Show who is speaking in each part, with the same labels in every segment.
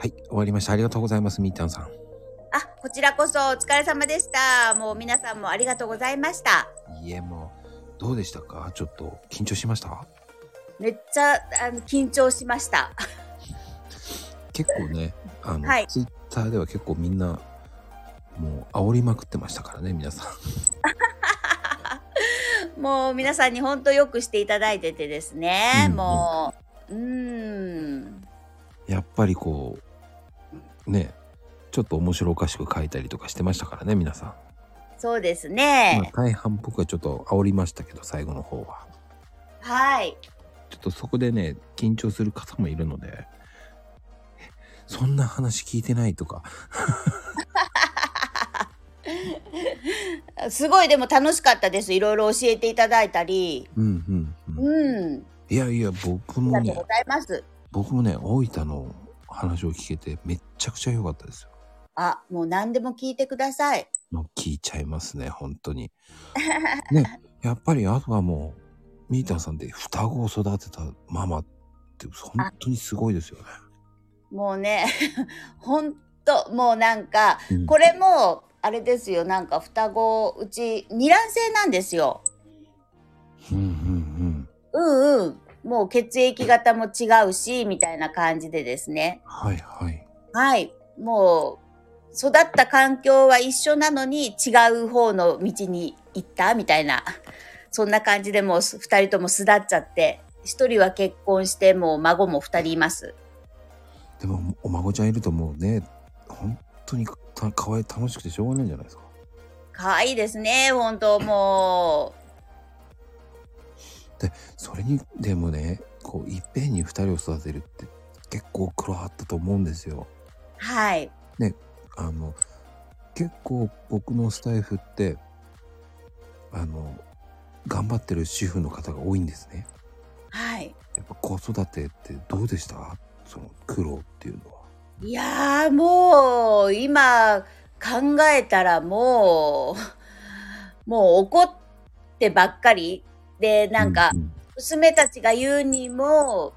Speaker 1: はい、終わりました。ありがとうございます、みーたんさん。
Speaker 2: あ、こちらこそお疲れ様でした。もう皆さんもありがとうございました。
Speaker 1: いえ、もう、どうでしたかちょっと、緊張しました
Speaker 2: めっちゃあの緊張しました。
Speaker 1: 結構ね、あの、
Speaker 2: はい
Speaker 1: ツイッターでは結構みんな、もう、煽りまくってましたからね、皆さん。
Speaker 2: もう皆さんに本当よくしていただいててです
Speaker 1: う
Speaker 2: ね、
Speaker 1: ん
Speaker 2: もう、うーん、
Speaker 1: やっぱりこう、ね、ちょっと面白おかしく書いたりとかしてましたからね、皆さ
Speaker 2: そうです
Speaker 1: ん。まあ
Speaker 2: ね。
Speaker 1: 大半僕はちょっと煽りましたけど、最後の方は。
Speaker 2: はい。
Speaker 1: ちょっとそこでね、緊張する方もいるので、そんな話聞いてないとか、
Speaker 2: すごいでも楽しかったです。いろいろ教えていただいたり。
Speaker 1: うんうんうん。
Speaker 2: うん、
Speaker 1: いやいや、僕
Speaker 2: あ
Speaker 1: も
Speaker 2: りが
Speaker 1: ね
Speaker 2: とうご、ざいます。
Speaker 1: 僕もね、大分の話を聞けて、めっちゃくちゃ良かったですよ。
Speaker 2: あ、もう何でも聞いてください。
Speaker 1: もう聞いちゃいますね、本当 に。ね、やっぱりあとはもう、ミータンさんって双子を育てたママって本当にすごいですよね。
Speaker 2: もうね、 ほんと、もうなんか、
Speaker 1: うん
Speaker 2: これも、あれですよ、なんか双子、うち、二卵性なんですよ。
Speaker 1: うんうんうん。
Speaker 2: うんうん。もう血液型も違うし、みたいな感じでですね。
Speaker 1: はいはい。
Speaker 2: はい。もう、育った環境は一緒なのに違う方の道に行ったみたいな。そんな感じでもうす二人とも巣立っちゃって、一人は結婚して、もう孫も二人います。
Speaker 1: でも、お孫ちゃんいるともうね、本当にた可愛い楽しくてしょうがないんじゃないですか。
Speaker 2: 可愛いですね、本当も
Speaker 1: それに、でもね、こう、いっぺんに二人を育てるって結構苦労あったと思うんですよ。
Speaker 2: う。はい。
Speaker 1: あの、結構僕のスタイフって、あの、頑張ってる主婦の方が多いんですね。
Speaker 2: はい。
Speaker 1: やっぱ子育てってどうでしたその苦労っていうのは。
Speaker 2: いやーもう今考えたらもうもう怒ってばっかりでなんか
Speaker 1: うん
Speaker 2: 娘たちが言うにも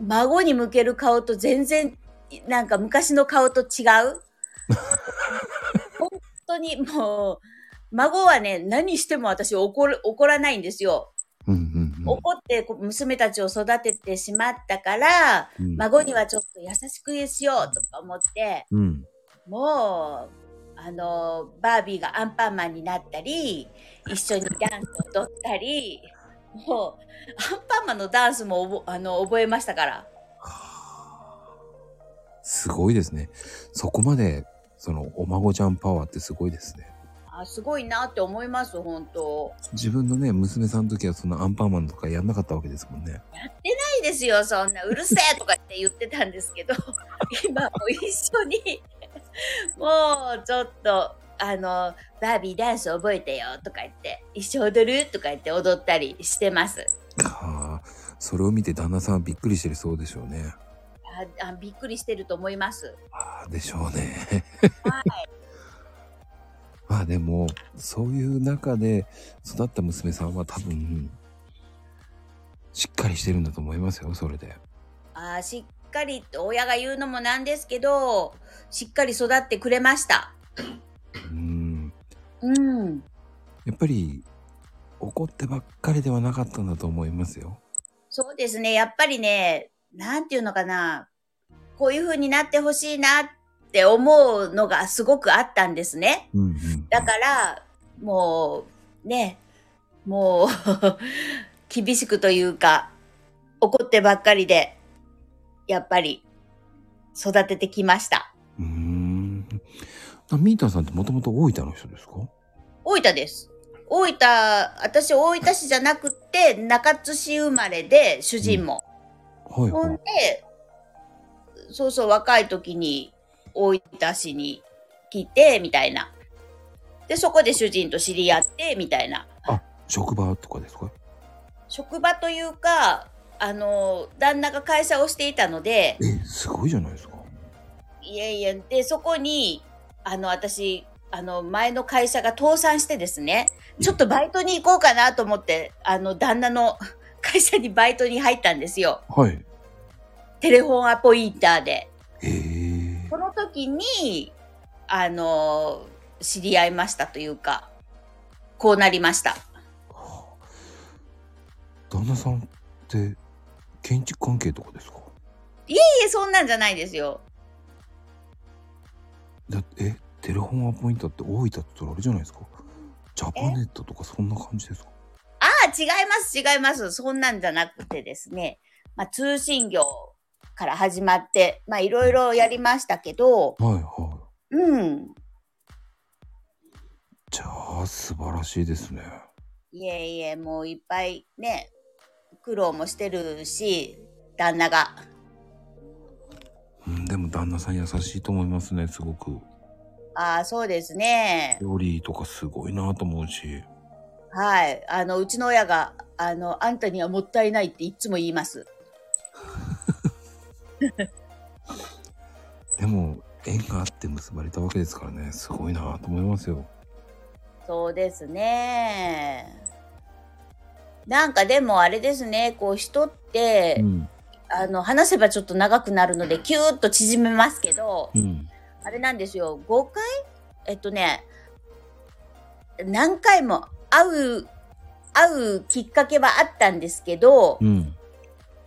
Speaker 2: 孫に向ける顔と全然なんか昔の顔と違 う本当にもう孫はね何しても私怒る怒らないんですよ
Speaker 1: うんうんうん
Speaker 2: 怒ってこう娘たちを育ててしまったから
Speaker 1: うん
Speaker 2: 孫にはちょっと優しくしようとか思って
Speaker 1: うん
Speaker 2: もうあのバービーがアンパンマンになったり一緒にダンスを踊ったりもうアンパンマンのダンスも覚あの覚えましたから
Speaker 1: すごいですね。そこまでそのお孫ちゃんパワーってすごいですね。
Speaker 2: あすごいなって思います本当
Speaker 1: 自分のね娘さんの時はそのアンパンマンとかやんなかったわけですもんね。
Speaker 2: ないですよそんなうるせえとかって言ってたんですけど今もう一緒にもうちょっとあのバービーダンス覚えてよとか言って一緒踊るとか言って踊ったりしてます
Speaker 1: はあ、それを見て旦那さんはびっくりしてるそうでしょうね。
Speaker 2: ああびっくりしてると思います。
Speaker 1: ああでしょうね。
Speaker 2: はい、
Speaker 1: まあでもそういう中で育った娘さんは多分しっかりしてるんだと思いますよそれで。
Speaker 2: あしっかりと親が言うのもなんですけどしっかり育ってくれました。
Speaker 1: うん
Speaker 2: うん、
Speaker 1: やっぱり怒ってばっかりではなかったんだと思いますよ。
Speaker 2: そうですねやっぱりねなんていうのかなこういう風になってほしいなって思うのがすごくあったんですね。
Speaker 1: うんうん
Speaker 2: だからもうねもう 厳しくというか怒ってばっかりでやっぱり育ててきました。
Speaker 1: うーん。あミータンさんってもともと大分の人ですか
Speaker 2: 大分です。大分、私大分市じゃなくて、中津市生まれで、主人も。
Speaker 1: はい
Speaker 2: ほ
Speaker 1: は
Speaker 2: ん
Speaker 1: い。
Speaker 2: で、そうそう、若い時に大分市に来て、みたいな。で、そこで主人と知り合って、みたいな。
Speaker 1: 職場とかですか
Speaker 2: 職場というか、あの、旦那が会社をしていたので、
Speaker 1: え、すごいじゃないですか。
Speaker 2: いえいえ、で、そこに、あの、私、あの、前の会社が倒産してですね、ちょっとバイトに行こうかなと思って、あの、旦那の会社にバイトに入ったんですよ。
Speaker 1: はい。
Speaker 2: テレフォンアポインターで。
Speaker 1: えええ
Speaker 2: この時に、あの、知り合いましたというか、こうなりました。
Speaker 1: はあ旦那さんって建築関係とかですか
Speaker 2: いえ、そんなんじゃないですよ。
Speaker 1: だえテレフォンアポイントって大分って言ったらあれじゃないですかジャパネットとかそんな感じですか
Speaker 2: ああ、違います、違います。そんなんじゃなくてですね、まあ、通信業から始まって、まあ、いろいろやりましたけど、
Speaker 1: はいは
Speaker 2: うん。
Speaker 1: いじゃあ素晴らしいですね
Speaker 2: いえいえ、もういっぱいね、苦労もしてるし、旦那が。
Speaker 1: うんでも旦那さん優しいと思いますねすごく
Speaker 2: ああ、そうですね。
Speaker 1: 料理とかすごいなと思うし
Speaker 2: はい。あの、うちの親が、あの、あんたにはもったいないっていつも言います。
Speaker 1: でも縁があって結ばれたわけですからねすごいなと思いますよ
Speaker 2: そうですね。なんかでもあれですね、こう人って、
Speaker 1: うん
Speaker 2: あの話せばちょっと長くなるのでキューッと縮めますけど、
Speaker 1: うん
Speaker 2: あれなんですよ5回えっとね何回も会う会うきっかけはあったんですけど、
Speaker 1: うん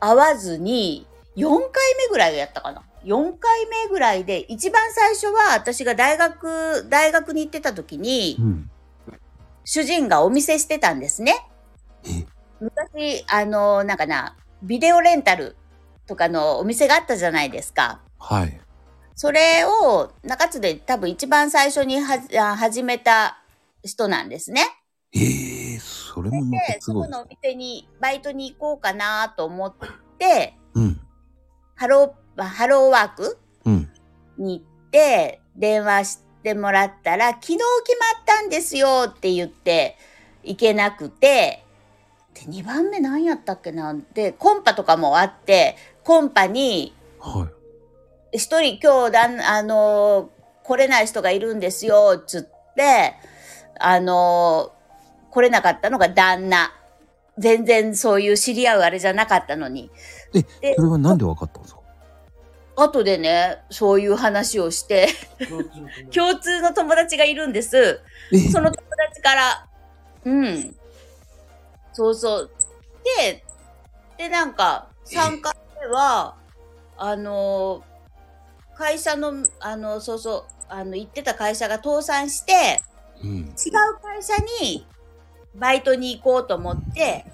Speaker 2: 会わずに4回目ぐらいをやったかな4回目ぐらいで一番最初は私が大学大学に行ってた時に
Speaker 1: うん
Speaker 2: 主人がお店してたんですね
Speaker 1: え
Speaker 2: 昔あのなんかなビデオレンタルとかのお店があったじゃないですか。
Speaker 1: はい
Speaker 2: それを中津で多分一番最初にはじあ始めた人なんですね。
Speaker 1: ええそれもま
Speaker 2: で
Speaker 1: た、す
Speaker 2: そ
Speaker 1: ご
Speaker 2: こ
Speaker 1: いで
Speaker 2: の
Speaker 1: す
Speaker 2: お店にバイトに行こうかなと思って、
Speaker 1: うん
Speaker 2: ハロー、ハローワーク
Speaker 1: うん
Speaker 2: に行って電話してもらったら、昨日決まったんですよって言って行けなくて、で、2番目何やったっけなで、コンパとかもあって、コンパに
Speaker 1: はい
Speaker 2: 一人今日だん、あのー来れない人がいるんですよ、つって、あのー来れなかったのが旦那。全然そういう知り合うあれじゃなかったのに。
Speaker 1: それはなんでわかったんですか
Speaker 2: 後でね、そういう話をして、共通の友達がいるんです。
Speaker 1: え
Speaker 2: その友達から、うん。そうそう。で、で、なんか、3回目は、あの、会社の、あの、そうそう、あの、行ってた会社が倒産して、
Speaker 1: うん
Speaker 2: 違う会社にバイトに行こうと思って、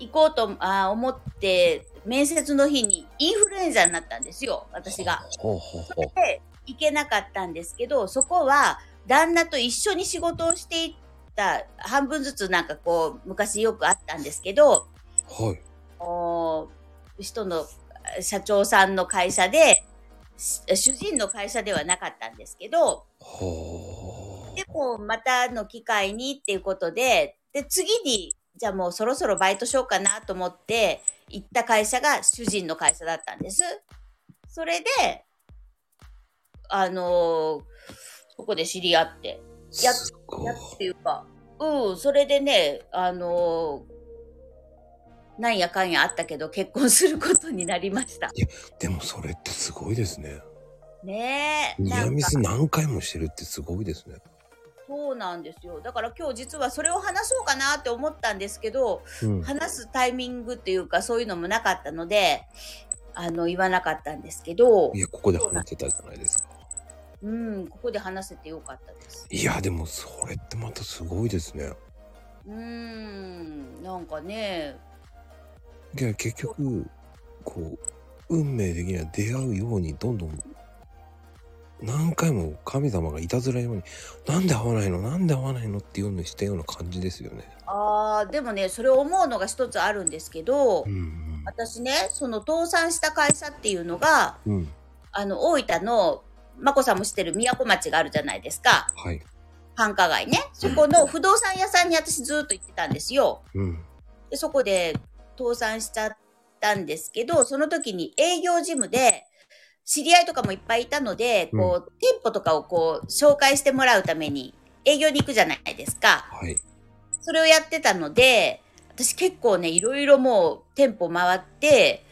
Speaker 2: 行こうとあ思って、面接の日にインフルエンザになったんですよ、私が。
Speaker 1: ほうほうほう
Speaker 2: で行けなかったんですけどそこは旦那と一緒に仕事をしていった半分ずつなんかこう昔よくあったんですけど
Speaker 1: はい。
Speaker 2: お人の社長さんの会社でし主人の会社ではなかったんですけど
Speaker 1: は
Speaker 2: でもうまたの機会にっていうことでで次にじゃあもうそろそろバイトしようかなと思って行った会社が主人の会社だったんです。それであのーそこで知り合って
Speaker 1: あ。
Speaker 2: や
Speaker 1: すご
Speaker 2: や
Speaker 1: い。
Speaker 2: っていうかうんそれでねあのーなんやかんやあったけど結婚することになりました。
Speaker 3: でもそれってすごいですね。
Speaker 2: ねえ
Speaker 3: ニ
Speaker 2: な
Speaker 3: ア
Speaker 2: ん
Speaker 3: ミ
Speaker 2: か
Speaker 3: ス何回もしてるってすごいですね。
Speaker 2: そうなんですよだから今日実はそれを話そうかなって思ったんですけど
Speaker 3: うん。
Speaker 2: 話すタイミングっていうかそういうのもなかったのであの言わなかったんですけど
Speaker 3: い、や、ここで話してたじゃないですか。
Speaker 2: うん、ここで話せてよかったです。
Speaker 3: いや、でもそれってまたすごいですね。
Speaker 2: うんなんかね
Speaker 3: いや、結局、こう、運命的には出会うようにどんどん、何回も神様がいたずらように、なんで会わないのなんで会わないのっていうのにしたような感じですよね。
Speaker 2: あーでもねそれを思うのが一つあるんですけど、
Speaker 3: うん
Speaker 2: 私ねその倒産した会社っていうのが
Speaker 3: うん。うん。
Speaker 2: あの大分の眞子さんも知ってる宮古町があるじゃないですか
Speaker 3: はい。
Speaker 2: 繁華街ねそこの不動産屋さんに私ずっと行ってたんですよ。
Speaker 3: うん。
Speaker 2: でそこで倒産しちゃったんですけどその時に営業事務で知り合いとかもいっぱいいたので、こう店舗とかをこう紹介してもらうために営業に行くじゃないですか
Speaker 3: はい。
Speaker 2: それをやってたので私結構ねいろいろもう店舗回って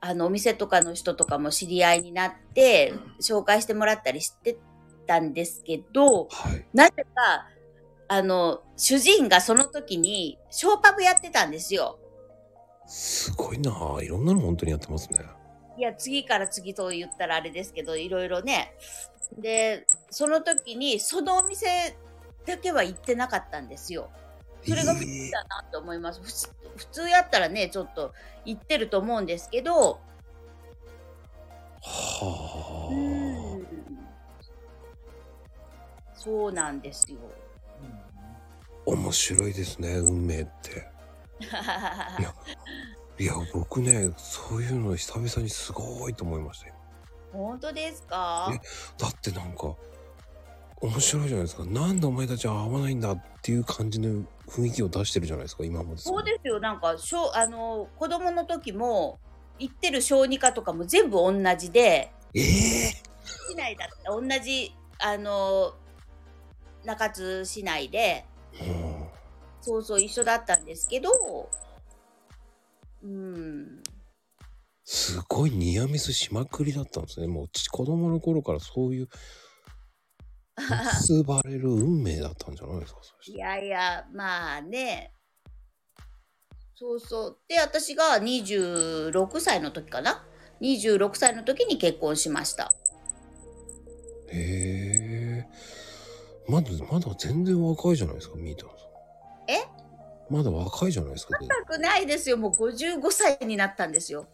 Speaker 2: あの、お店とかの人とかも知り合いになって、紹介してもらったりしてたんですけど、
Speaker 1: はい。
Speaker 2: なぜか、あの、主人がその時に、ショーパブやってたんですよ。
Speaker 1: すごいなあいろんなの本当にやってますね。
Speaker 2: いや、次から次と言ったらあれですけど、いろいろね。で、その時に、そのお店だけは行ってなかったんですよ。それが普通だなと思います。普通普通やったらね、ちょっと行ってると思うんですけど、
Speaker 1: はあ。
Speaker 2: うんそうなんですよ。
Speaker 1: 面白いですね、運命って。いやいや、僕ね、そういうの久々にすごいと思いましたよ。
Speaker 2: 本当ですか
Speaker 1: ねだってなんか、面白いじゃないですか。なんでお前たちは合わないんだっていう感じの雰囲気を出してるじゃないですか、今まで。
Speaker 2: そうですよ。なんか、小、あの、子供の時も、行ってる小児科とかも全部同じで、
Speaker 1: ええ
Speaker 2: 市内だった同じあの中津市内で
Speaker 1: うん
Speaker 2: そうそう一緒だったんですけどうん
Speaker 1: すごいニアミスしまくりだったんですね。もうち子供の頃からそういう結ばれる運命だったんじゃないですか。そし
Speaker 2: い
Speaker 1: て
Speaker 2: やいやまあねそうそうで私が26歳の時かな26歳の時に結婚しました
Speaker 1: へえ。まだまだ全然若いじゃないですか、ミータンさん。
Speaker 2: え
Speaker 1: まだ若いじゃないですか。全然
Speaker 2: 若くないですよもう55歳になったんですよ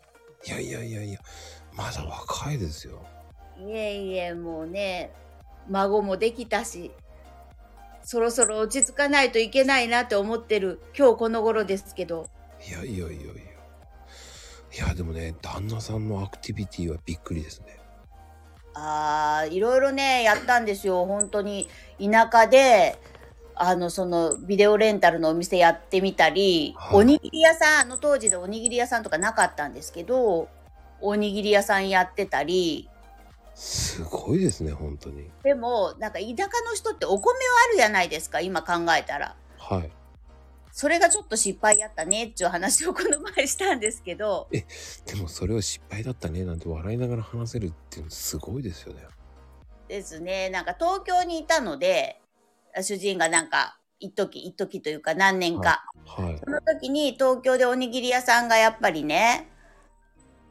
Speaker 1: いやいやいやいや、まだ若いですよ。
Speaker 2: いえいえもうね孫もできたしそろそろ落ち着かないといけないなって思ってる今日この頃ですけど
Speaker 1: いやいやいやいや。いやでもね、旦那さんのアクティビティはびっくりですね。
Speaker 2: あーいろいろねやったんですよ本当に田舎であのそのビデオレンタルのお店やってみたり、
Speaker 1: はい
Speaker 2: おにぎり屋さんあの当時でおにぎり屋さんとかなかったんですけどおにぎり屋さんやってたり
Speaker 1: すごいですね、本当に。
Speaker 2: でもなんか田舎の人ってお米はあるじゃないですか今考えたら。
Speaker 1: はい。
Speaker 2: それがちょっと失敗やったねっていう話をこの前したんですけど、
Speaker 1: でもそれを失敗だったねなんて笑いながら話せるっていうのすごいですよね。
Speaker 2: ですね、なんか東京にいたので、主人がなんか、一時一時というか何年か。
Speaker 1: はい。
Speaker 2: その時に東京でおにぎり屋さんがやっぱりね、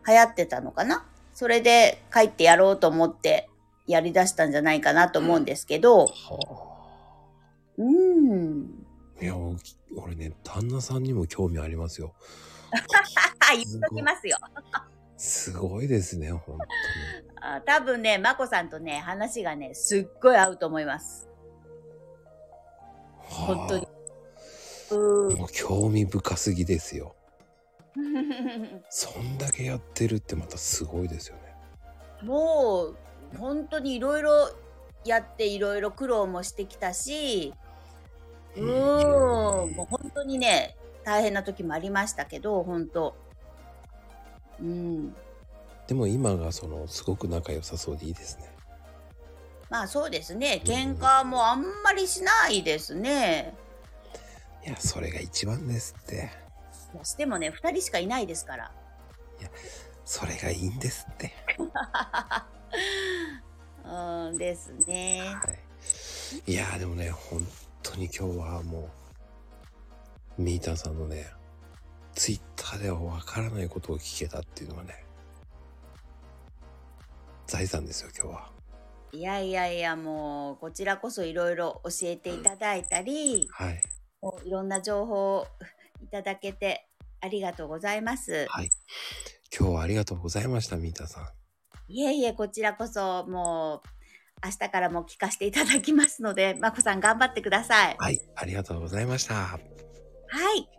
Speaker 2: 流行ってたのかなそれで帰ってやろうと思ってやりだしたんじゃないかなと思うんですけ
Speaker 1: は
Speaker 2: ど、うん。
Speaker 1: あ。いや、お俺ね、旦那さんにも興味ありますよ。
Speaker 2: あ、言っときますよ。
Speaker 1: すごいですね、本当に。
Speaker 2: あ多分ね、まこさんとね、話がね、すっごい合うと思います。
Speaker 1: はあ
Speaker 2: 本当に。うん。
Speaker 1: もう興味深すぎですよ。そんだけやってるってまたすごいですよね。
Speaker 2: もう本当にいろいろやっていろいろ苦労もしてきたしうーんもう本当にね大変な時もありましたけど本当うん
Speaker 1: でも今がそのすごく仲良さそうでいいですね。
Speaker 2: まあそうですね喧嘩もあんまりしないですね
Speaker 1: いや、それが一番ですって。
Speaker 2: いやしてもね2人しかいないですから
Speaker 1: それがいいんですって。
Speaker 2: うんですね
Speaker 1: はい。いやーでもね、本当に今日はもう、ミーターさんのね、ツイッターではわからないことを聞けたっていうのがね、財産ですよ、今日は。
Speaker 2: いやいやいやもうこちらこそいろいろ教えていただいたり、
Speaker 1: はい。
Speaker 2: もういろんな情報をいただけてありがとうございます。
Speaker 1: 今日はありがとうございました、ミーターさん。
Speaker 2: いえいえ、こちらこそもう明日からも聞かせていただきますので、まこさん頑張ってください。
Speaker 1: はい、ありがとうございました。
Speaker 2: はい。